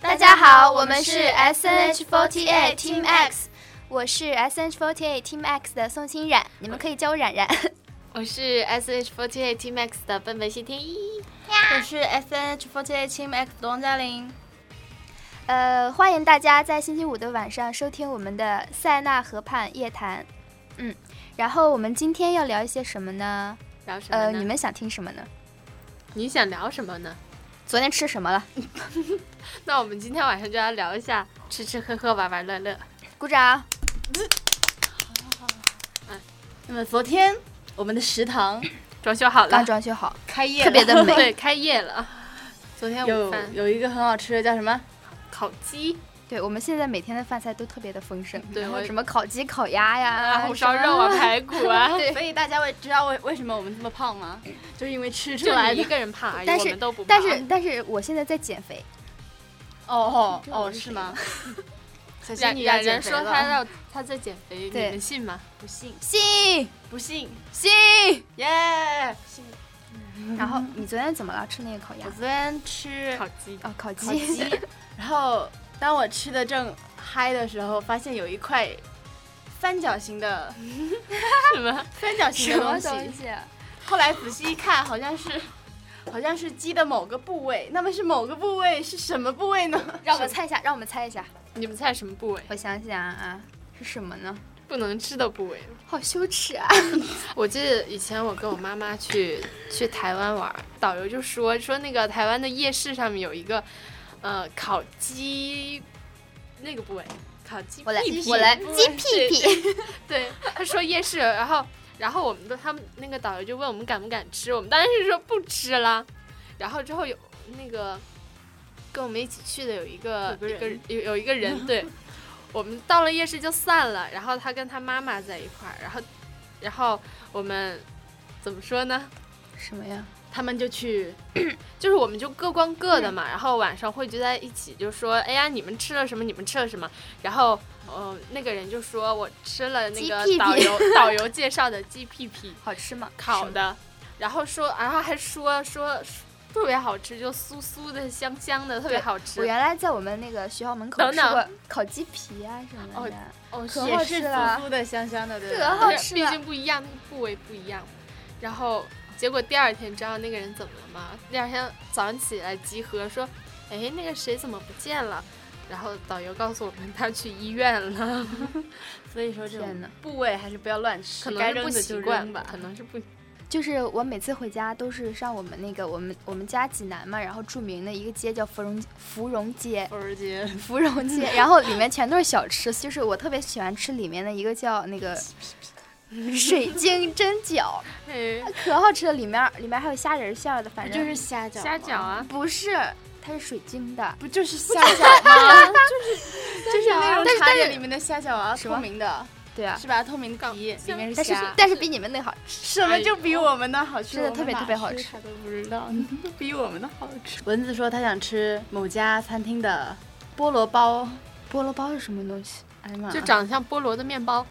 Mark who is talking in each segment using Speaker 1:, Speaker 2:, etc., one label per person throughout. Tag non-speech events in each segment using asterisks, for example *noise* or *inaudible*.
Speaker 1: 大家好，我们是 SNH48 Team X，我是 SNH48 Team X 的宋欣冉，你们可以叫我冉 *laughs* 冉。
Speaker 2: 我是 SH48 Team X 的笨笨谢天一，
Speaker 3: 我是 SNH48 Team X 的王嘉玲。
Speaker 1: 呃，欢迎大家在星期五的晚上收听我们的塞纳河畔夜谈。嗯，然后我们今天要聊一些什么呢？
Speaker 2: 聊什么
Speaker 1: 呃，
Speaker 2: 呢？
Speaker 1: 你们想听什么呢？
Speaker 2: 你想聊什么呢？
Speaker 1: 昨天吃什么了？
Speaker 2: 那我们今天晚上就来聊一下吃吃喝喝玩玩乐乐。
Speaker 1: 鼓掌。
Speaker 3: 那么昨天我们的食堂
Speaker 2: 装修好
Speaker 1: 刚
Speaker 2: 了，
Speaker 1: 装修好，
Speaker 3: 开业了
Speaker 1: 特别的美。
Speaker 2: 对，开业了。昨天午
Speaker 3: 有
Speaker 2: 饭
Speaker 3: 有一个很好吃的叫什么？
Speaker 2: 烤鸡，
Speaker 1: 对我们现在每天的饭菜都特别的丰盛，
Speaker 2: 对
Speaker 1: 然后
Speaker 2: 我
Speaker 1: 什么烤鸡、烤鸭呀，
Speaker 2: 啊，红烧肉啊，
Speaker 1: 什么，
Speaker 2: 排骨
Speaker 1: *laughs*
Speaker 2: 啊，
Speaker 3: 所以大家会知道为为什么我们这么胖吗？嗯就是因为吃出
Speaker 2: 就
Speaker 3: 来
Speaker 2: 你一
Speaker 3: 的。
Speaker 2: 个人怕而已，
Speaker 1: 但
Speaker 2: 我
Speaker 1: 是
Speaker 2: 们都不怕。
Speaker 1: 但是但是我现在在减肥，
Speaker 3: 哦哦哦，是吗？ *laughs* 小
Speaker 2: 冉
Speaker 3: 仙女要
Speaker 2: 冉
Speaker 3: 减
Speaker 2: 冉
Speaker 3: 肥
Speaker 2: 说她
Speaker 3: 了，
Speaker 2: 要她在减肥，你
Speaker 1: 对
Speaker 2: 们信吗？
Speaker 3: 不信
Speaker 1: 信
Speaker 3: 不信，
Speaker 1: 信。
Speaker 3: 耶！信。
Speaker 1: 然后你昨天怎么了？吃那个烤鸭
Speaker 3: 我？昨天吃
Speaker 2: 烤鸡， *laughs*
Speaker 1: 哦，烤鸡。，
Speaker 3: 烤鸡
Speaker 1: *laughs*
Speaker 3: 然后当我吃的正嗨的时候，发现有一块三角形的
Speaker 2: 什么？
Speaker 3: 三角形的嗯东西。
Speaker 1: 西啊？
Speaker 3: 后来仔细一看，好像是好像是鸡的某个部位。那么是某个部位是什么部位呢？
Speaker 1: 让我们猜一下，让我们猜一下。
Speaker 2: 你们猜什么部位？
Speaker 1: 我想想啊，是什么呢？
Speaker 2: 不能吃的部位。
Speaker 1: 好羞耻啊！
Speaker 2: *laughs* 我记得以前我跟我妈妈去去台湾玩，导游就说说那个台湾的夜市上面有一个，呃，烤鸡那个部位，烤鸡
Speaker 1: *laughs* 我来
Speaker 2: 屁屁，
Speaker 1: 我来
Speaker 2: 部位
Speaker 1: 鸡屁，屁。
Speaker 2: 对，对他说夜市，然后然后我们都他们那个导游就问我们敢不敢吃，我们当然是说不吃啦，然后之后有那个跟我们一起去的有一个
Speaker 3: 有个
Speaker 2: 一个
Speaker 3: 人
Speaker 2: 有有一个人
Speaker 3: *laughs*
Speaker 2: 对。我们到了夜市就散了，然后他跟他妈妈在一块儿，然后，然后我们怎么说呢？
Speaker 1: 什么呀？
Speaker 3: 他们就去
Speaker 2: *clears throat* 就是我们就各逛各的
Speaker 1: 嗯
Speaker 2: 嘛，然后晚上会聚在一起，就说，哎呀，你们吃了什么？你们吃了什么？然后，呃，那个人就说我吃了那个
Speaker 1: 鸡屁屁
Speaker 2: 导
Speaker 1: *laughs*
Speaker 2: 游导游介绍的鸡屁屁
Speaker 1: 好吃吗？
Speaker 2: 烤的，然后说，然后还说说特别好吃，就酥酥的、香香的，特别好
Speaker 1: 我
Speaker 2: 吃。
Speaker 1: 原来在我们那个学校门口
Speaker 2: 等
Speaker 1: 吃
Speaker 2: 等
Speaker 1: 过烤鸡皮啊什么的，啊
Speaker 2: 哦，
Speaker 1: 可
Speaker 3: 也
Speaker 1: 好
Speaker 3: 是
Speaker 1: 吃
Speaker 3: 酥
Speaker 1: 了
Speaker 3: 酥的、香哦香的，对
Speaker 1: 可
Speaker 3: 吧？
Speaker 1: 好
Speaker 2: 但是
Speaker 1: 吃
Speaker 2: 毕
Speaker 1: 了
Speaker 2: 竟不一样，那个部位不一样。然后结果第二天，你知道那个人怎么了吗？第二天早上起来集合说，哎，那个谁怎么不见了？然后导游告诉我们他去医院
Speaker 3: *laughs*
Speaker 2: 了，
Speaker 3: 所以说这
Speaker 1: 天哪
Speaker 3: 种部位还是不要乱吃，
Speaker 2: 可
Speaker 3: 该
Speaker 2: 能是
Speaker 3: 扔
Speaker 2: 不
Speaker 3: 的
Speaker 2: 习
Speaker 3: 就
Speaker 2: 惯
Speaker 3: 扔吧。 *laughs*
Speaker 2: 可能是不
Speaker 1: 就是我每次回家都是上我们那个我们我们家济南嘛，然后著名的一个街叫芙蓉芙蓉街，
Speaker 3: *laughs* 芙蓉街，
Speaker 1: 芙蓉街， *laughs* 然后里面全都是小吃，就是我特别喜欢吃里面的一个叫那个水晶蒸饺，
Speaker 2: 哎
Speaker 1: 可好吃了，里面里面还有虾仁馅儿的，反
Speaker 3: 不
Speaker 1: 正
Speaker 3: 就是虾饺？
Speaker 2: 虾饺？啊，
Speaker 1: 不是它是水晶的，
Speaker 3: 不就是虾饺啊吗？ *laughs* 就是就是那
Speaker 1: 但
Speaker 3: 种
Speaker 1: 是
Speaker 3: 茶
Speaker 1: 但
Speaker 3: 叶
Speaker 1: 是
Speaker 3: 里面的虾饺啊，
Speaker 1: 什
Speaker 3: 透
Speaker 1: 么
Speaker 3: 明的，
Speaker 1: 对啊，
Speaker 3: 是吧？透明皮，里面是
Speaker 1: 但是
Speaker 3: 虾。
Speaker 1: 但是比你们那好吃，
Speaker 3: 什么就比我们的好吃？
Speaker 1: 真的特别特别好吃
Speaker 3: 吃，他都不知道，比我们的好吃。蚊子说他想吃某家餐厅的菠萝包，
Speaker 1: 菠萝包是什么东西？
Speaker 3: 哎呀妈，
Speaker 2: 就长得像菠萝的面包。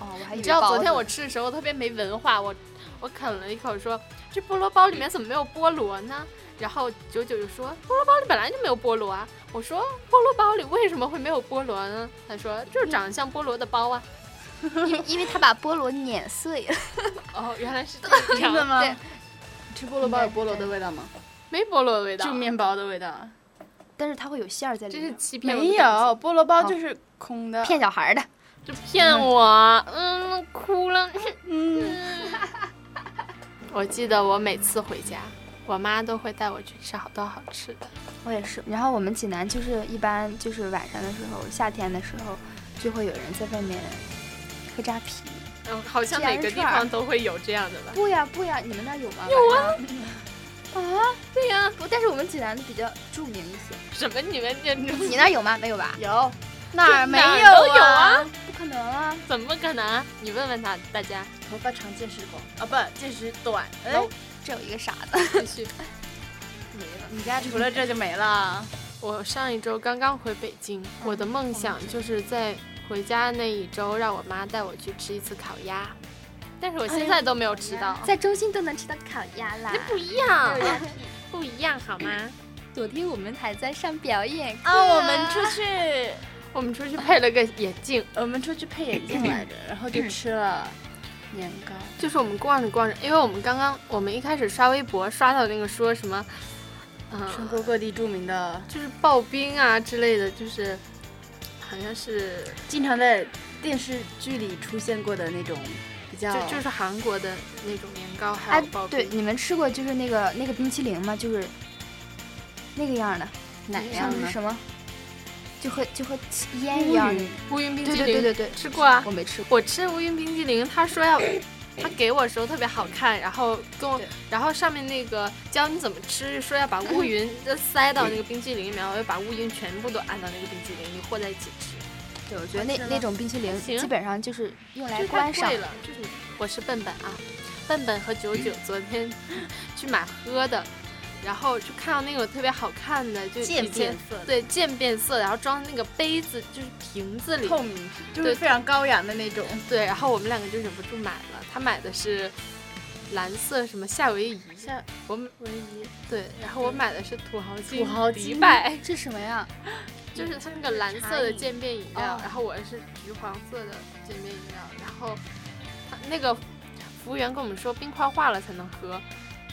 Speaker 1: 哦，我还以为
Speaker 2: 你知道
Speaker 1: 包
Speaker 2: 昨天
Speaker 1: 子
Speaker 2: 我吃的时候特别没文化，我我啃了一口说这菠萝包里面怎么没有菠萝呢？然后九九就说菠萝包里本来就没有菠萝啊。我说菠萝包里为什么会没有菠萝呢？他说就是长得像菠萝的包啊。
Speaker 1: 因为因为他把菠萝碾碎了，
Speaker 2: 哦，原来是 *laughs* 这
Speaker 3: *laughs* 真的
Speaker 2: 样，
Speaker 3: 吗？
Speaker 1: 对
Speaker 3: 吃菠萝包有菠萝的味道吗？
Speaker 2: 没菠萝的味道
Speaker 3: 就，面包的味道？啊
Speaker 1: 但是它会有馅儿在里
Speaker 2: 这是
Speaker 1: 面，
Speaker 2: 欺骗我的
Speaker 3: 没有，
Speaker 2: 感情，
Speaker 3: 菠萝包就是空的。
Speaker 1: 骗小孩儿的。
Speaker 2: 这骗我，嗯，哭了。 *laughs*
Speaker 3: 嗯，
Speaker 2: 我记得我每次回家，我妈都会带我去吃好多好吃的。
Speaker 1: 我也是。然后我们济南就是一般就是晚上的时候，夏天的时候，就会有人在外面喝扎啤。
Speaker 2: 嗯，好像
Speaker 1: 这样
Speaker 2: 每个
Speaker 1: 是
Speaker 2: 地
Speaker 1: 吧
Speaker 2: 方都会有这样的吧？
Speaker 1: 不呀不呀，你们那儿有吗？有啊。啊，
Speaker 2: 对呀、
Speaker 1: 不，但是我们济南的比较著名一些。
Speaker 2: 什么你们这
Speaker 1: 你那儿有吗？没有吧？
Speaker 3: 有哪儿没有
Speaker 2: 哪儿都有啊
Speaker 3: 啊？
Speaker 1: 不可能啊！
Speaker 2: 怎么可能啊？你问问他，大家
Speaker 3: 头发长见识广啊，不见识短。哎，
Speaker 1: No 这有一个傻子。
Speaker 2: 继续。没了。
Speaker 3: 你家除了这就没了。
Speaker 2: *laughs* 我上一周刚刚回北京，我的梦想就是在回家那一周让我妈带我去吃一次烤鸭，但是我现在都没有吃到，
Speaker 1: 在中心都能吃到烤鸭啦
Speaker 2: 哎那不一样
Speaker 3: 烤鸭，
Speaker 2: 不一样好吗？
Speaker 1: 昨天我们还在上表演课
Speaker 3: 啊，我们出去，
Speaker 2: 我们出去配了个眼镜，
Speaker 3: *laughs* 我们出去配眼镜来着，然后就吃了年糕。
Speaker 2: 就是我们逛着逛着，因为我们刚刚我们一开始刷微博刷到那个说什么，嗯、
Speaker 3: 全国各地著名的，
Speaker 2: 就是刨冰啊之类的，就是好像是
Speaker 3: 经常在电视剧里出现过的那种比较，
Speaker 2: 就就是韩国的那种年糕还
Speaker 1: 哦哎
Speaker 2: 有刨，
Speaker 1: 对，
Speaker 2: 冰，
Speaker 1: 你们吃过就是那个那个冰淇淋吗？就是那个样儿的，
Speaker 3: 哪
Speaker 1: 像
Speaker 3: 样
Speaker 1: 是
Speaker 3: 呢？
Speaker 1: 什么，就和就和烟一样的。
Speaker 2: 乌云冰
Speaker 1: 对
Speaker 2: 激
Speaker 1: 对
Speaker 2: 凌
Speaker 1: 对对对，
Speaker 2: 吃过啊
Speaker 1: 我，没吃过。
Speaker 2: 我吃乌云冰激凌，他说要，他给我的时候特别好看，然后跟我
Speaker 1: 对，
Speaker 2: 然后上面那个教你怎么吃，说要把乌
Speaker 1: *laughs*
Speaker 2: 云都塞到那个冰激凌里面，我就把乌云全部都按到那个冰激凌里和在一起吃，
Speaker 1: 对，我觉得
Speaker 3: 好
Speaker 1: 那
Speaker 3: 吃吗
Speaker 1: 那种冰淇淋
Speaker 2: 行
Speaker 1: 基本上就是用来
Speaker 2: 就太
Speaker 1: 观赏
Speaker 2: 贵。了。就是我是笨笨啊，笨笨和九
Speaker 1: 嗯
Speaker 2: 九昨天 *laughs* 去买喝的，然后就看到那种特别好看的，就
Speaker 3: 渐
Speaker 2: 以前
Speaker 3: 变色的，
Speaker 2: 对渐变色，然后装那个杯子就是瓶子里，
Speaker 3: 透明，就是
Speaker 2: 对
Speaker 3: 非常高雅的那种。
Speaker 2: 对，然后我们两个就忍不住买了，他买的是蓝色什么夏威夷，
Speaker 3: 夏
Speaker 2: 我们
Speaker 3: 威夷
Speaker 2: 对，然后我买的是土豪金
Speaker 3: 土豪
Speaker 2: 迪
Speaker 3: 金
Speaker 2: 拜，
Speaker 1: 这什么呀？
Speaker 2: 就是它那个蓝色的
Speaker 3: 茶饮
Speaker 2: 渐变饮料
Speaker 1: 哦，
Speaker 2: 然后我是橘黄色的渐变饮料，然后它那个服务员跟我们说冰块化了才能喝，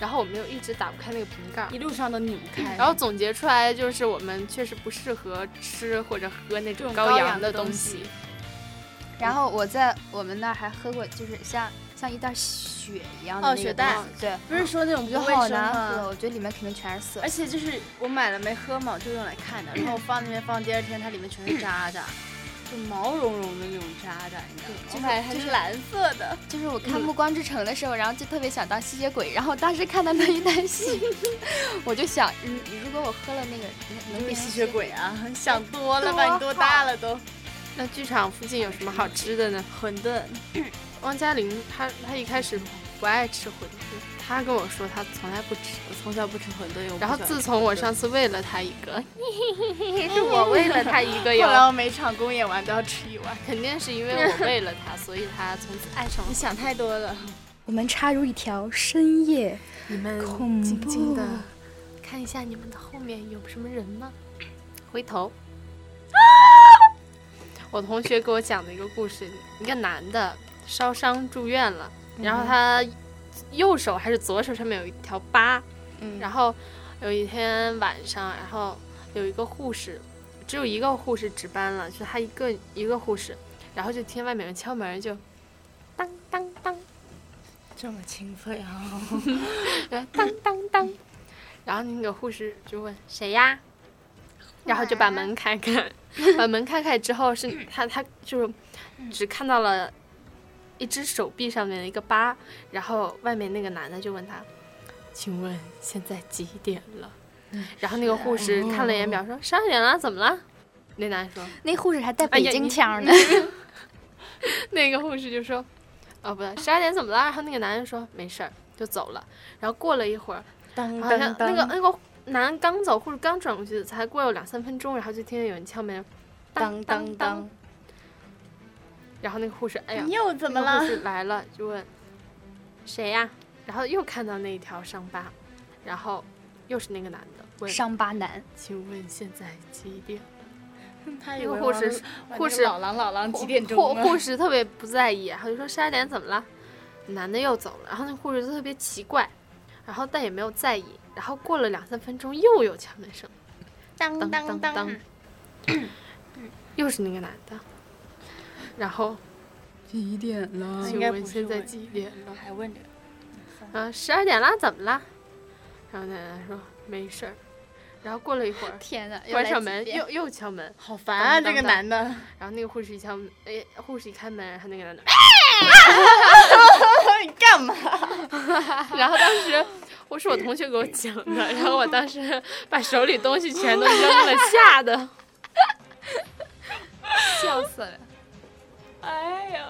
Speaker 2: 然后我们又一直打不开那个瓶盖儿。
Speaker 3: 一路上都拧不开，
Speaker 2: 然后总结出来就是，我们确实不适合吃或者喝那
Speaker 3: 这
Speaker 2: 种
Speaker 3: 种
Speaker 2: 高
Speaker 3: 高
Speaker 2: 阳
Speaker 3: 阳
Speaker 2: 的
Speaker 3: 的东
Speaker 2: 东
Speaker 3: 西
Speaker 2: 西。
Speaker 1: 然后我在我们那儿还喝过，就是像像一袋雪一样的
Speaker 3: 哦
Speaker 1: 那个
Speaker 3: 雪
Speaker 1: 东
Speaker 3: 袋
Speaker 1: 西对，
Speaker 3: 不是说那种
Speaker 1: 我
Speaker 3: 不
Speaker 1: 觉得
Speaker 3: 卫
Speaker 1: 好
Speaker 3: 生啊
Speaker 1: 难
Speaker 3: 吗
Speaker 1: 喝，？我觉得里面肯定全是色
Speaker 3: 而。且就是我买了没喝嘛，就用来看的，然后放那边放，第二天它里面全是渣渣，就毛茸茸的那种渣渣，你知道吗？
Speaker 2: 对
Speaker 3: 我买的还
Speaker 1: 就是是
Speaker 3: 蓝色的，
Speaker 1: 就是我看《暮光之城》的时候，然后就特别想当吸血鬼，然 *laughs* 后当时看到那一袋血， *laughs* 我就想，嗯，如果我喝了那个，能能
Speaker 3: 你
Speaker 1: 变
Speaker 3: 吸
Speaker 1: 成
Speaker 3: 血鬼啊！想多了
Speaker 2: 多
Speaker 3: 吧，你多大了都。
Speaker 2: 那剧场附近有什么好吃的呢？
Speaker 3: 馄饨，
Speaker 2: 汪嘉玲她她一开始不爱吃馄饨，她跟我说她从来不吃。
Speaker 3: 我从小不吃馄饨，又
Speaker 2: 然后自从我上次喂了她一个，
Speaker 3: 是
Speaker 2: 是
Speaker 3: *laughs*
Speaker 2: 我喂了她一个 *laughs*
Speaker 3: 后来
Speaker 2: 哟，
Speaker 3: 我每场公演完都要吃一碗。
Speaker 2: 肯定是因为我喂了她，所以她从此爱上了
Speaker 3: 你。想太多了，
Speaker 1: 我们插入一条深夜，
Speaker 2: 你们
Speaker 1: 恐
Speaker 2: 静静的
Speaker 1: 怖
Speaker 2: 看一下你们的后面有什么人吗？回头。我同学给我讲的一个故事，一个男的烧伤住院了，然后他右手还是左手上面有一条疤，
Speaker 3: 嗯
Speaker 2: 然后有一天晚上，然后有一个护士，只有一个护士值班了，就她一个一个护士，然后就听外面有人敲门，就当当当
Speaker 3: 这么清脆啊！
Speaker 2: 然后当当当，然后那个护士就问谁呀，然后就把门开开，把门开开之后是他他就是只看到了一只手臂上面的一个疤，然后外面那个男的就问他，请问现在几点了？然后那个护士看了一眼表说十二点了，怎么了？那男的说
Speaker 1: 那护士还带
Speaker 2: 哎
Speaker 1: 北
Speaker 2: 呀
Speaker 1: 京
Speaker 2: 你
Speaker 1: 腔呢。
Speaker 2: *laughs* 那个护士就说：“哦，不对，十二点怎么了？”然后那个男人说：“没事儿，就走了。”然后过了一会儿，
Speaker 3: 嗯当
Speaker 2: 好像那个那个男人刚走，护士刚转过去，才过了两三分钟，然后就听见有人敲门，当当当。，然后那个护士，哎呀
Speaker 3: 你，又怎么
Speaker 2: 那个
Speaker 3: 了
Speaker 2: 护？士来了就问：“谁呀、然后又看到那一条伤疤，然后又是那个男的问
Speaker 1: 伤疤男，：“
Speaker 2: 请问现在几点？”
Speaker 3: 他
Speaker 2: 那个护士护士
Speaker 3: 老狼老狼几点
Speaker 2: 护
Speaker 3: 钟了？
Speaker 2: 护士特别不在意，然后就说十二点怎么了？男的又走了，然后那护士就特别奇怪，然后但也没有在意。然后过了两三分钟，又有敲门声，
Speaker 3: 当
Speaker 2: 当当当，
Speaker 1: 嗯
Speaker 2: *coughs* 又是那个男的。然后
Speaker 1: 几点了
Speaker 3: 应
Speaker 2: 请
Speaker 3: 该
Speaker 2: 问
Speaker 3: 不是
Speaker 2: 现在
Speaker 3: 嗯我
Speaker 2: 几点了？
Speaker 3: 还问这个？
Speaker 2: 啊，十二点啦，怎么啦？然后那男的说没事儿。然后过了一会儿，
Speaker 1: 天哪，又
Speaker 2: 关
Speaker 1: 来
Speaker 2: 上
Speaker 1: 几
Speaker 2: 门
Speaker 1: 遍
Speaker 2: 又又敲门，
Speaker 3: 好烦啊，
Speaker 2: 当
Speaker 3: 这
Speaker 2: 当
Speaker 3: 个男的。
Speaker 2: 然后那个护士一敲门，哎，护士一开门，然后那个男
Speaker 1: *laughs*
Speaker 2: 的
Speaker 3: 你 *laughs* 干嘛？
Speaker 2: 然后当时我是我同学给我讲的，
Speaker 1: *laughs*
Speaker 2: 然后我当时把手里东西全都扔了，吓得。
Speaker 1: *laughs* 笑死 *laughs* 了。
Speaker 3: 哎呀，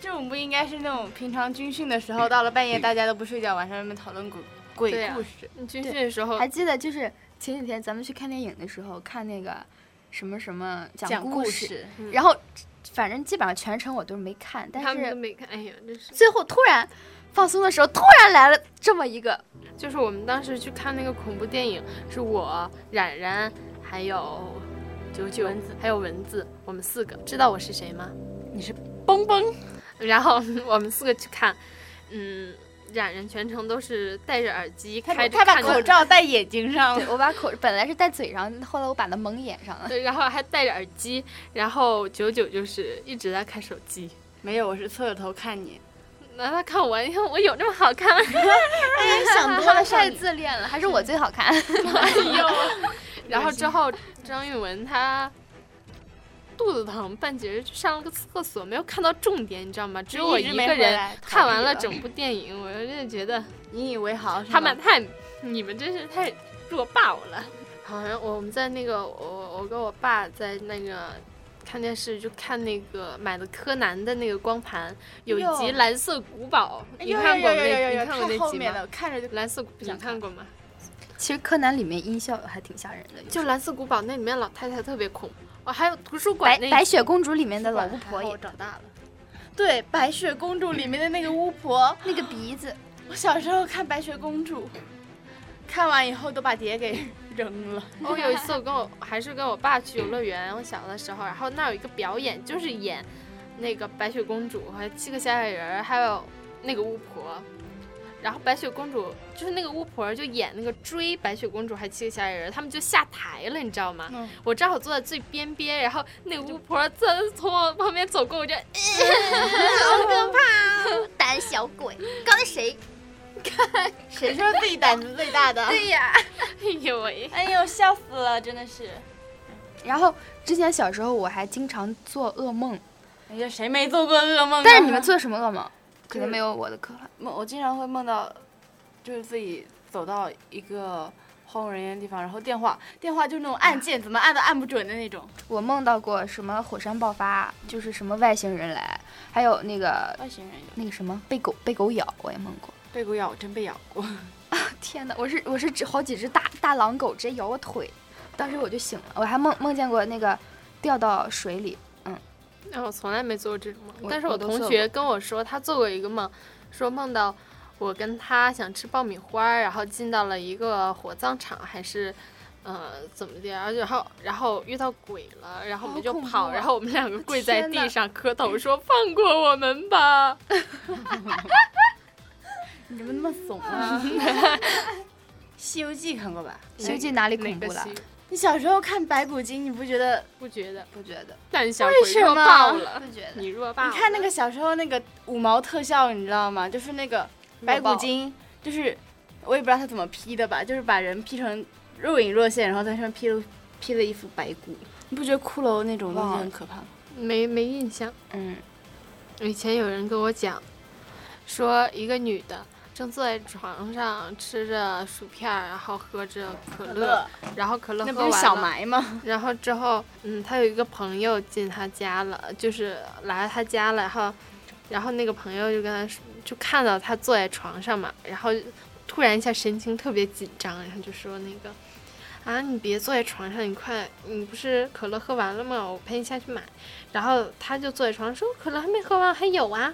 Speaker 3: 这种不应该是那种平常军训的时候，到了半夜大家都不睡觉，晚上你们讨论鬼
Speaker 2: 对
Speaker 3: 鬼
Speaker 2: 呀
Speaker 3: 故事。
Speaker 2: 你军训的时候
Speaker 1: 还，记得就是前几天咱们去看电影的时候，看那个什么什么讲故事，，然后反正基本上全程我都没看，但
Speaker 2: 嗯他们都
Speaker 1: 是
Speaker 2: 没看，哎呀，真是
Speaker 1: 最后突然放松的时候突然来了这么一个，
Speaker 2: 就是我们当时去看那个恐怖电影，是我、冉冉还有九九，还有蚊子，我们四个。知道我是谁吗？
Speaker 3: 你是
Speaker 2: 蹦蹦。 *laughs* 然后我们四个去看，嗯，冉冉全程都是戴着耳机，开着
Speaker 3: 啊他把
Speaker 2: 看着
Speaker 3: 口，罩戴眼睛上
Speaker 1: 对
Speaker 3: 了，
Speaker 1: 我把口本来是戴嘴上，后来我把它蒙眼上了。
Speaker 2: 对，然后还戴着耳机。然后九九就是一直在看手机。
Speaker 3: *laughs* 没有，我是侧着头看你。
Speaker 2: 那他看我，你看我有那么好看吗？
Speaker 3: 哎，想多了，
Speaker 1: *laughs*
Speaker 3: 少
Speaker 1: 太
Speaker 3: 女。
Speaker 1: 自恋了，还是我最好看。
Speaker 2: *laughs* 哎呦！然后之后，张韵雯她肚子疼，半截儿去上了个厕所，没有看到重点，你知道吗？只有我
Speaker 3: 一直
Speaker 2: 一
Speaker 3: 没
Speaker 2: 个
Speaker 3: 回
Speaker 2: 人
Speaker 3: 来
Speaker 2: 看
Speaker 3: 逃避
Speaker 2: 完了
Speaker 3: 了
Speaker 2: 整部电影，我真的觉得
Speaker 3: 引以为豪是吗，
Speaker 2: 他们太，你们真是太弱爆了。好像我们在那个，我我跟我爸在那个看电视，就看那个买的柯南的那个光盘，有一
Speaker 3: 哟
Speaker 2: 集《蓝色古堡》，
Speaker 3: 哎
Speaker 2: 你
Speaker 3: 呦
Speaker 2: 看
Speaker 3: 呦
Speaker 2: 过
Speaker 3: 呦呦呦
Speaker 2: 那？
Speaker 3: 呦
Speaker 2: 你看过
Speaker 3: 太
Speaker 2: 那
Speaker 3: 后
Speaker 2: 集
Speaker 3: 面
Speaker 2: 吗？
Speaker 3: 了，看着就
Speaker 2: 蓝色古，你
Speaker 3: 想
Speaker 2: 看过吗？
Speaker 1: *laughs* 其实柯南里面音效还挺吓人的，
Speaker 2: 就《蓝色古堡》那里面老太太特别恐怖，哦，还有图书馆
Speaker 1: 白
Speaker 2: 那
Speaker 1: 白雪公主里面的老
Speaker 3: 管
Speaker 1: 巫
Speaker 3: 还
Speaker 1: 婆
Speaker 3: 好
Speaker 1: 也
Speaker 3: 我长大了。对，《白雪公主》里面的那个巫婆，
Speaker 1: 那个鼻子，
Speaker 3: 我小时候看《白雪公主》，看完以后都把碟给扔了。
Speaker 2: 我哦
Speaker 1: 啊
Speaker 2: 有一次我跟我还是跟我爸去游乐园，我小的时候，然后那儿有一个表演，就是演那个白雪公主和七个小矮人儿，还有那个巫婆。然后白雪公主就是那个巫婆就演那个追白雪公主还七个小矮人儿，他们就下台了，你知道吗？
Speaker 3: 嗯
Speaker 2: 我正好坐在最边边，然后那个巫婆坐从我旁边走过，我就 *laughs* 哎
Speaker 1: *laughs* 胆小鬼，刚才谁？
Speaker 3: 谁说自己胆子最大的？
Speaker 1: 对呀。
Speaker 2: 哎呦喂，
Speaker 3: *laughs* 哎呦，笑死了，真的是。
Speaker 1: 然后之前小时候我还经常做噩梦，
Speaker 3: 哎呀，谁没做过噩梦啊？
Speaker 1: 但是你们做什么噩梦？可能
Speaker 3: 是
Speaker 1: 没有我的可怕。
Speaker 3: 梦，我经常会梦到，就是自己走到一个荒无人烟的地方，然后电话，电话就是那种按键，怎么按都按不准的那种。
Speaker 1: 我梦到过什么火山爆发，就是什么外星人来，还有那个
Speaker 3: 外星人有
Speaker 1: 那个什么被狗被狗咬，我也梦过。
Speaker 3: 被狗咬，真被咬过。
Speaker 1: 天哪，我是我是指好几只大大狼狗直接咬我腿，当时我就醒了。我还梦梦见过那个掉到水里，
Speaker 2: 那我从来没做过这种梦，
Speaker 1: 我
Speaker 2: 但是我
Speaker 1: 我都
Speaker 2: 同
Speaker 1: 做
Speaker 2: 学跟我说，他做过一个梦，说梦到我跟他想吃爆米花儿，然后进到了一个火葬场，还是呃怎么的，而且然后然后遇到鬼了，然后我们
Speaker 1: 好
Speaker 2: 就
Speaker 1: 恐怖
Speaker 2: 跑，
Speaker 1: 啊
Speaker 2: 然后我们两个跪在
Speaker 1: 天
Speaker 2: 地
Speaker 1: 哪
Speaker 2: 上磕头说放过我们
Speaker 1: *laughs*
Speaker 2: 吧。
Speaker 3: 你怎么那么怂啊？ *laughs* 西游记》看过吧？
Speaker 1: 《西游记》哪里恐怖
Speaker 2: 哪
Speaker 1: 了
Speaker 2: 个？西
Speaker 3: 你小时候看《白骨精》，你不觉得？
Speaker 2: 不觉得，
Speaker 1: 不觉得，
Speaker 2: 胆小
Speaker 3: 为
Speaker 2: 鬼
Speaker 3: 什
Speaker 2: 弱
Speaker 3: 么
Speaker 2: 爆了，
Speaker 1: 不觉得。
Speaker 2: 你弱爆了。
Speaker 3: 你看那个小时候那个五毛特效，你知道吗？就是那个白骨精，就是我也不知道他怎么 P 的吧，就是把人 P 成若隐若现，然后在上面披了披了一副白骨。你不觉得骷髅那种东西很可怕吗？
Speaker 2: 没没印象。
Speaker 1: 嗯，
Speaker 2: 以前有人跟我讲，说一个女的正坐在床上吃着薯片儿，然后喝着可乐，然后可乐
Speaker 3: 那
Speaker 2: 喝
Speaker 3: 不
Speaker 2: 完
Speaker 3: 是
Speaker 2: 了，
Speaker 3: 小埋吗？
Speaker 2: 然后之后，嗯，她有一个朋友进她家了，就是来她家了，然后，然后那个朋友就跟她说，就看到她坐在床上嘛，然后突然一下神情特别紧张，然后就说那个。啊！你别坐在床上，你快，你不是可乐喝完了吗？我陪你下去买。然后她就坐在床上说：“可乐还没喝完，还有啊。”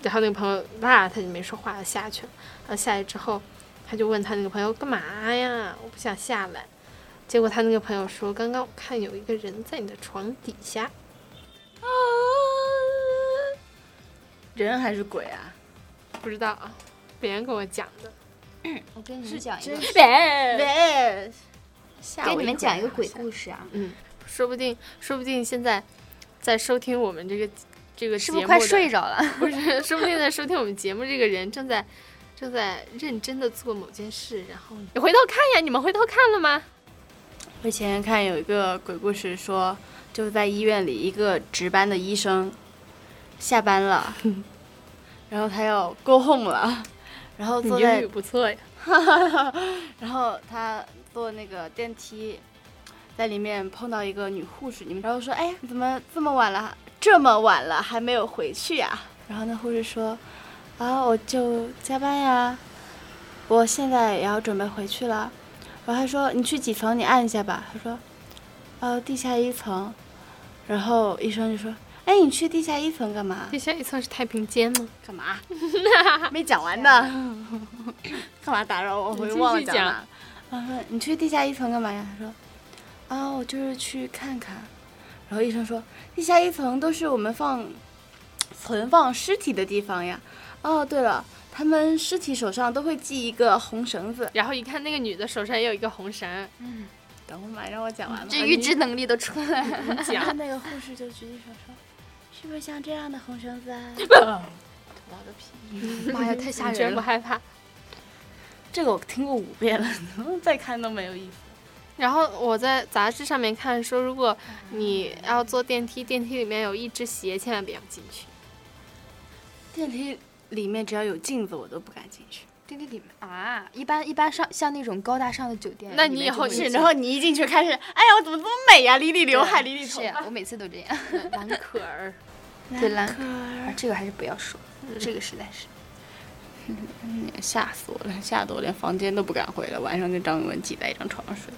Speaker 2: 然后那个朋友哇，她就没说话，下去了。然后下去之后，她就问她那个朋友干嘛呀？我不想下来。结果他那个朋友说，刚刚我看有一个人在你的床底下。啊，
Speaker 3: *laughs* 人还是鬼啊？
Speaker 2: 不知道啊，别人跟我讲的。
Speaker 1: 我跟你们讲一个，
Speaker 2: 别，
Speaker 3: 对，
Speaker 1: 给你们讲一个鬼故事啊，
Speaker 2: 嗯，说不定，说不定现在在收听我们这个这个
Speaker 1: 是
Speaker 2: 节
Speaker 1: 不
Speaker 2: 目
Speaker 1: 是
Speaker 2: 的，
Speaker 1: 快睡着了？ *laughs*
Speaker 2: 不是，说不定在收听我们节目这个人正在正在认真的做某件事，然后你回头看呀，你们回头看了吗？
Speaker 3: 我以前看有一个鬼故事说，就是在医院里，一个值班的医生下班 *laughs* 了，然后他要 go home 了，然后
Speaker 2: 你
Speaker 3: 坐
Speaker 2: 英
Speaker 3: 在
Speaker 2: 语，不错呀，
Speaker 3: *laughs* 然后他坐那个电梯，在里面碰到一个女护士，你们然后说，哎呀，你怎么这么晚了，这么晚了还没有回去呀、然后那护士说，啊，我就加班呀，我现在也要准备回去了。然后他说：“你去几哦层？你按一下吧。”他说：“呃，地下一层。”然后医生就说：“哎，你去地下一层干嘛？
Speaker 2: 地下一层是太平间吗？
Speaker 3: 干嘛？没讲完呢，干嘛打扰我？我
Speaker 2: 你
Speaker 3: 又
Speaker 2: 继
Speaker 3: 忘了
Speaker 2: 续
Speaker 3: 讲了。我说你去地下一层干嘛呀？他说啊，我就是去看看。然后医生说，地下一层都是我们放存放尸体的地方呀。哦，对了，他们尸体手上都会系一个红绳子。
Speaker 2: 然后一看那个女的手上也有一个红绳，
Speaker 3: 等会儿吧，让我讲完吧。
Speaker 1: 嗯这预知能力都出来了。
Speaker 2: 你
Speaker 3: 然后
Speaker 2: 讲
Speaker 3: 那个护士就举起手说：“是不是像这样的红绳子啊？”我的屁！
Speaker 1: 妈哎呀，太吓
Speaker 2: 你居然
Speaker 1: 人
Speaker 2: 不
Speaker 1: 了！
Speaker 2: 害怕。
Speaker 3: 这个我听过五遍了，怎么再看都没有意思。
Speaker 2: 然后我在杂志上面看说，如果你要坐电梯，电梯里面有一只鞋，千万不要进去。 *laughs*
Speaker 3: 电梯里面只要有镜子，我都不敢进去。
Speaker 1: 电梯里面啊，一般一般上像那种高大上的酒店，
Speaker 2: 那
Speaker 1: 里
Speaker 2: 你
Speaker 1: 面
Speaker 2: 以
Speaker 1: 就
Speaker 2: 后
Speaker 1: 会
Speaker 2: 是
Speaker 1: 有
Speaker 2: 进
Speaker 3: 然后你一进去开始，哎呀，我怎么这么美呀、理理刘海，理理头
Speaker 1: 是呀
Speaker 3: 发。，
Speaker 1: 我每次都这样。
Speaker 2: 蓝可 *laughs* 儿，
Speaker 1: 对蓝
Speaker 3: 可
Speaker 1: 啊
Speaker 3: 儿，
Speaker 1: 这个还是不要说，
Speaker 3: 嗯
Speaker 1: 这个实在是。
Speaker 3: 吓死我了，吓得我连房间都不敢回了，晚上跟张宇文挤在一张床上睡。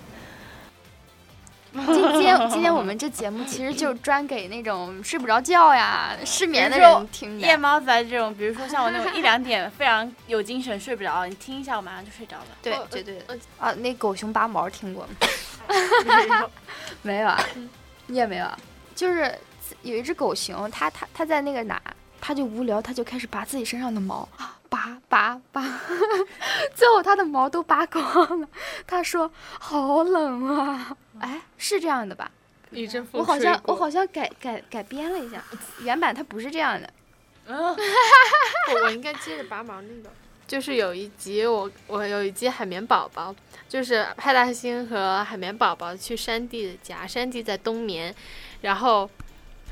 Speaker 1: 今天今天我们这节目其实就专给那种睡不着觉呀、失眠的
Speaker 3: 比如说
Speaker 1: 人听
Speaker 3: 夜
Speaker 1: 的。
Speaker 3: 猫子啊这种，比如说像我那种一两点非常有精神睡不着，你听一下，我马上就睡着了。
Speaker 1: 对
Speaker 2: 我，
Speaker 1: 绝对
Speaker 3: 呃
Speaker 1: 的
Speaker 2: 我
Speaker 1: 啊！那狗熊拔毛听过吗？
Speaker 3: *laughs*
Speaker 1: 没有啊，
Speaker 3: 嗯
Speaker 1: 你也没有啊。就是有一只狗熊，它它它在那个哪，它就无聊，它就开始拔自己身上的毛，啊拔拔拔， *laughs* 最后它的毛都拔光了。它说：“好冷啊！”
Speaker 3: 嗯
Speaker 1: 哎，是这样的吧？
Speaker 2: 一阵风
Speaker 1: 我好像
Speaker 2: 吹过
Speaker 1: 我好像改改改编了一下，原版它不是这样的。
Speaker 3: 嗯，
Speaker 2: 我我应该接着拔毛那个。就是有一集我我有一集海绵宝宝，就是派大星和海绵宝宝去山地家，山地在冬眠，然后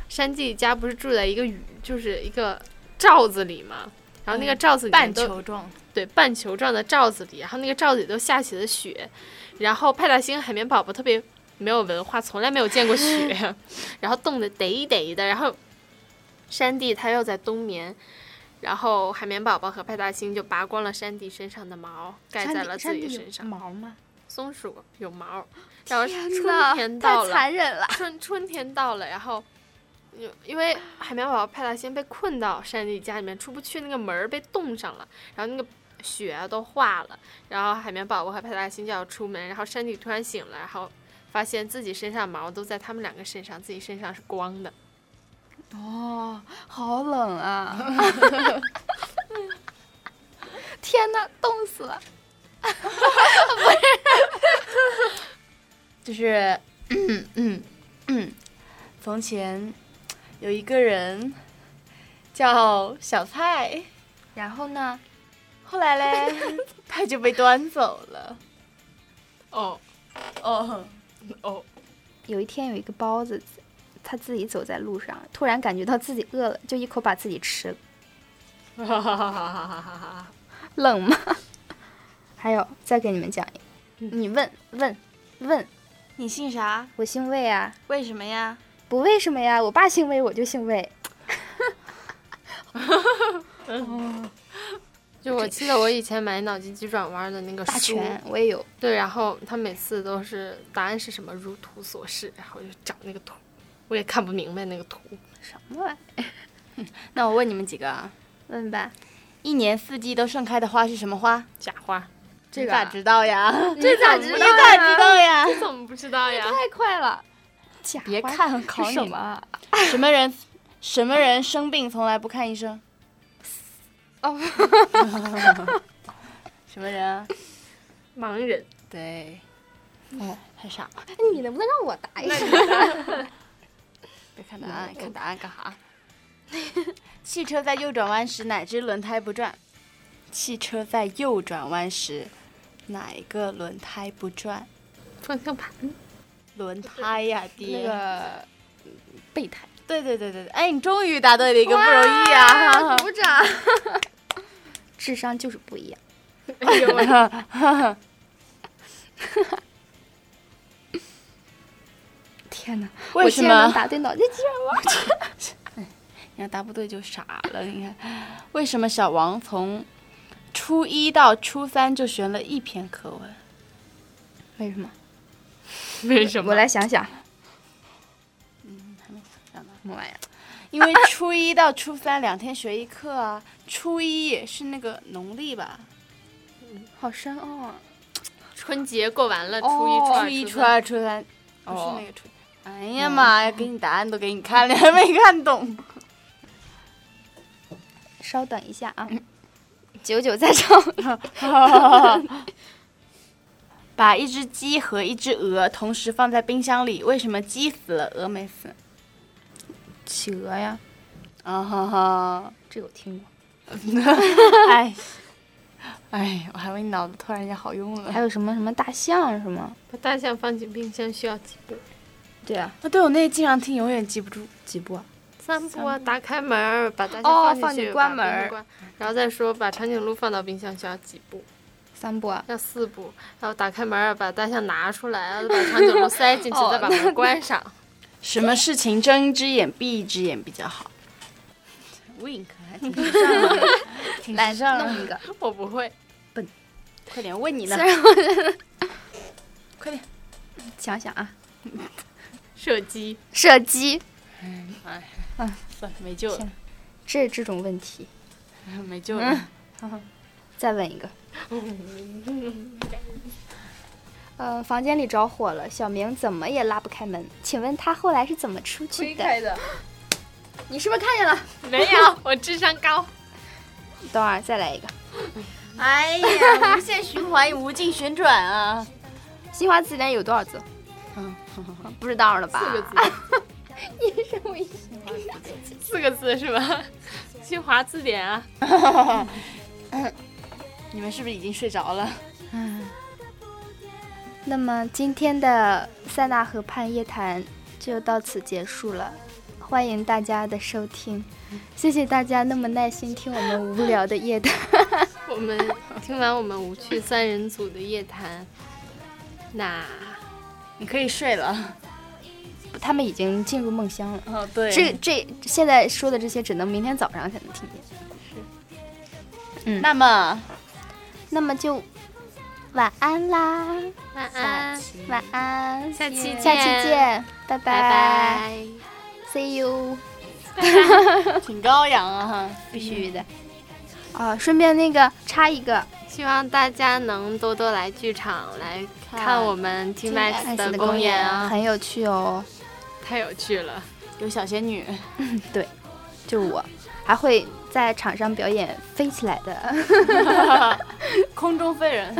Speaker 2: 山地家不是住在一个雨就是一个罩子里嘛，然后那个罩子里面
Speaker 4: 半
Speaker 2: 都、
Speaker 4: 球状，
Speaker 2: 对半球状的罩子里，然后那个罩子里都下起了雪，然后派大星海绵宝宝特别没有文化，从来没有见过
Speaker 1: *laughs*
Speaker 2: 雪，然后冻得嘚嘚的，然后山地它又在冬眠，然后海绵宝宝和派大星就拔光了山地身上的毛，盖在了自己身上。
Speaker 1: 毛吗？
Speaker 2: 松鼠有毛，然后
Speaker 1: 嗯天
Speaker 2: 春
Speaker 1: 哪
Speaker 2: 天到
Speaker 1: 太
Speaker 2: 了，
Speaker 1: 残忍了！
Speaker 2: 春春天到了，然后。因因为海绵宝宝派大星被困到山地家里面出不去，那个门儿被冻上了，然后那个雪啊都化了，然后海绵宝宝和派大星就要出门，然后山地突然醒了，然后发现自己身上毛都在他们两个身上，自己身上是光的。
Speaker 1: 哦，好冷啊！天哪，冻死了！
Speaker 3: 就是，嗯嗯嗯，从前有一个人叫小蔡，
Speaker 1: 然后呢？
Speaker 3: 后来 *laughs* 嘞，他就被端走了。
Speaker 2: 哦
Speaker 3: 哦，
Speaker 2: 哦，
Speaker 1: 有一天有一个包子，他自己走在路上，突然感觉到自己饿了，就一口把自己吃了。
Speaker 2: 哈哈哈哈哈哈哈！
Speaker 1: *laughs* 冷吗？还有，再给你们讲一个，你问问问，
Speaker 3: 你姓啥？
Speaker 1: 我姓魏啊，
Speaker 3: 为什么呀？
Speaker 1: 不为什么呀？我爸姓魏，我就姓魏。
Speaker 2: 就我记得我以前买脑筋急转弯的那个
Speaker 1: 大
Speaker 2: 书，
Speaker 1: 全我也有，
Speaker 2: 对，然后他每次都是答案是什么如图所示，然后我就找那个图，我也看不明白那个图。
Speaker 1: 什么玩意？
Speaker 3: 那我问你们几个啊，
Speaker 1: 问吧，
Speaker 3: 一年四季都盛开的花是什么花？
Speaker 2: 假花，
Speaker 1: 这个
Speaker 3: 你
Speaker 1: 啊
Speaker 3: 咋知道 *laughs* 呀？
Speaker 1: 这咋
Speaker 2: 怎
Speaker 1: 知
Speaker 2: 么
Speaker 1: 道
Speaker 3: 你咋知道呀？
Speaker 2: 怎么不知道呀？
Speaker 1: 太快了，假
Speaker 3: 啊别
Speaker 1: 花
Speaker 3: 看
Speaker 1: 是
Speaker 3: 考你
Speaker 1: 什么啊？
Speaker 3: 什么人？什么人生病从来不看医生？
Speaker 1: 哦，
Speaker 3: *laughs* 什么人啊？
Speaker 2: 盲人，
Speaker 3: 对，
Speaker 1: 哦，
Speaker 3: 嗯太傻了，
Speaker 1: 你能不能让我答一下？
Speaker 3: 别看答案，看答案干 *laughs* 啥？汽车在右转弯时，哪只轮胎不转？汽车在右转弯时，哪一个轮胎不转？
Speaker 2: 方向盘，
Speaker 3: 轮胎呀、爹！
Speaker 1: 那个备胎，
Speaker 3: 对对对对对，哎，你终于答对了一个，不容易啊！
Speaker 1: 鼓掌。智商就是不一样。
Speaker 2: 哎呦喂，
Speaker 1: 天哪，
Speaker 3: 为
Speaker 1: 我
Speaker 3: 什
Speaker 1: 竟然能
Speaker 3: 么？
Speaker 1: 答对脑筋急转弯？
Speaker 3: 你要答不对就傻了。你看，为什么小王从初一到初三就学了一篇课文？
Speaker 1: 为什么？
Speaker 2: 为什么？
Speaker 1: 嗯我来想想。
Speaker 3: 还没死两呢。
Speaker 1: 什么玩意儿？
Speaker 3: 因 *laughs* 为初一到初三两天学一课啊，初一是那个农历吧，
Speaker 1: 好深奥啊！
Speaker 2: 春节过完了，初一、
Speaker 1: 哦
Speaker 3: 初
Speaker 2: 初
Speaker 3: 一、初
Speaker 2: 三
Speaker 3: 二、初三，不是
Speaker 1: 哦
Speaker 3: 那个初一。哎呀妈呀，给你答案都给你看了，还没看懂。
Speaker 1: 稍等一下啊，九九在唱。
Speaker 3: *laughs* 把一只鸡和一只鹅同时放在冰箱里，为什么鸡死了，鹅没死？
Speaker 1: *laughs* 企鹅呀，
Speaker 3: 啊哈哈！
Speaker 1: 这个我听过。
Speaker 3: 哎，哎，我还以为你脑子突然间好用了
Speaker 1: 还。有什么什么大象是吗？
Speaker 2: 把大象放进冰箱需要几步？
Speaker 1: 对啊，
Speaker 3: 啊，对，我那经常听，永远记不住。
Speaker 1: 几步啊？
Speaker 2: 三步啊！打开门儿，把大象进
Speaker 1: 哦
Speaker 2: 去，
Speaker 1: 放
Speaker 2: 放
Speaker 1: 进关门儿
Speaker 2: 关，然后再说把长颈鹿放到冰箱需要几步？
Speaker 1: 三步啊？
Speaker 2: 要四步。然后打开门儿，把大象拿出来，然后把长颈鹿塞进去，
Speaker 1: 哦
Speaker 2: 再把门关上。
Speaker 3: 什么事情睁一只眼闭一只眼比较好？Wink 还挺时尚的，挺
Speaker 1: 来
Speaker 3: 时尚的。
Speaker 1: 弄一个。
Speaker 2: 我不会，
Speaker 3: 快点问你呢
Speaker 1: 虽，然我
Speaker 3: 快点。
Speaker 1: 想想啊，
Speaker 2: 射击
Speaker 1: 射击
Speaker 3: 哎，
Speaker 1: 嗯
Speaker 3: 算了，没救了，
Speaker 1: 这这种问题，
Speaker 3: 没救了。
Speaker 1: 嗯再问一个。 *laughs* 呃，房间里着火了，小明怎么也拉不开门。请问他后来是怎么出去的？
Speaker 3: 的，
Speaker 1: 你是不是看见了？
Speaker 2: 没 *laughs* 有，我智商高。
Speaker 1: 等会儿再来一个。
Speaker 3: 哎 *laughs* 呀，无限循环，无尽旋转啊！
Speaker 1: 新华字典有多少字？ *laughs*
Speaker 3: 嗯，
Speaker 1: 不知道了吧？
Speaker 2: 四个字，
Speaker 1: 你是我一
Speaker 2: 四个字是吧？新华字典啊，
Speaker 3: 你们是不是已经睡着了？
Speaker 1: 嗯，那么今天的塞纳河畔夜谈就到此结束了，欢迎大家的收听，谢谢大家那么耐心听我们无聊的夜谈。
Speaker 2: 我们听完我们无趣三人组的夜谈，那
Speaker 3: 你可以睡了。
Speaker 1: *laughs* 他们已经进入梦乡了，
Speaker 3: 哦，对
Speaker 1: 这这现在说的这些只能明天早上才能听见。
Speaker 3: 那么
Speaker 1: 那么就晚安啦，
Speaker 2: 晚安，
Speaker 1: 晚安，
Speaker 2: 下期
Speaker 1: 下期见，
Speaker 2: 拜
Speaker 1: 拜
Speaker 2: 拜。
Speaker 1: ，see you。
Speaker 3: 挺高扬啊，
Speaker 1: 必须的。啊，顺便那个插一个，
Speaker 2: 希望大家能多多来剧场来看我们 T
Speaker 1: 爱
Speaker 2: Max
Speaker 1: 情
Speaker 2: 的
Speaker 1: 的
Speaker 2: 公
Speaker 1: 公
Speaker 2: 演
Speaker 1: 演
Speaker 2: 啊，
Speaker 1: 很有趣哦。
Speaker 2: 太有趣了！
Speaker 3: 有小仙女， *laughs*
Speaker 1: 就是我，还会在场上表演飞起来的。
Speaker 3: 空中飞人。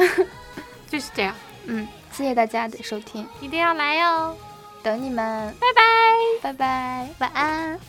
Speaker 2: 就是这样，
Speaker 1: 嗯，谢谢大家的收听，
Speaker 2: 一定要来哟！哦
Speaker 1: 等你们，
Speaker 2: 拜拜。
Speaker 1: 拜拜，晚安。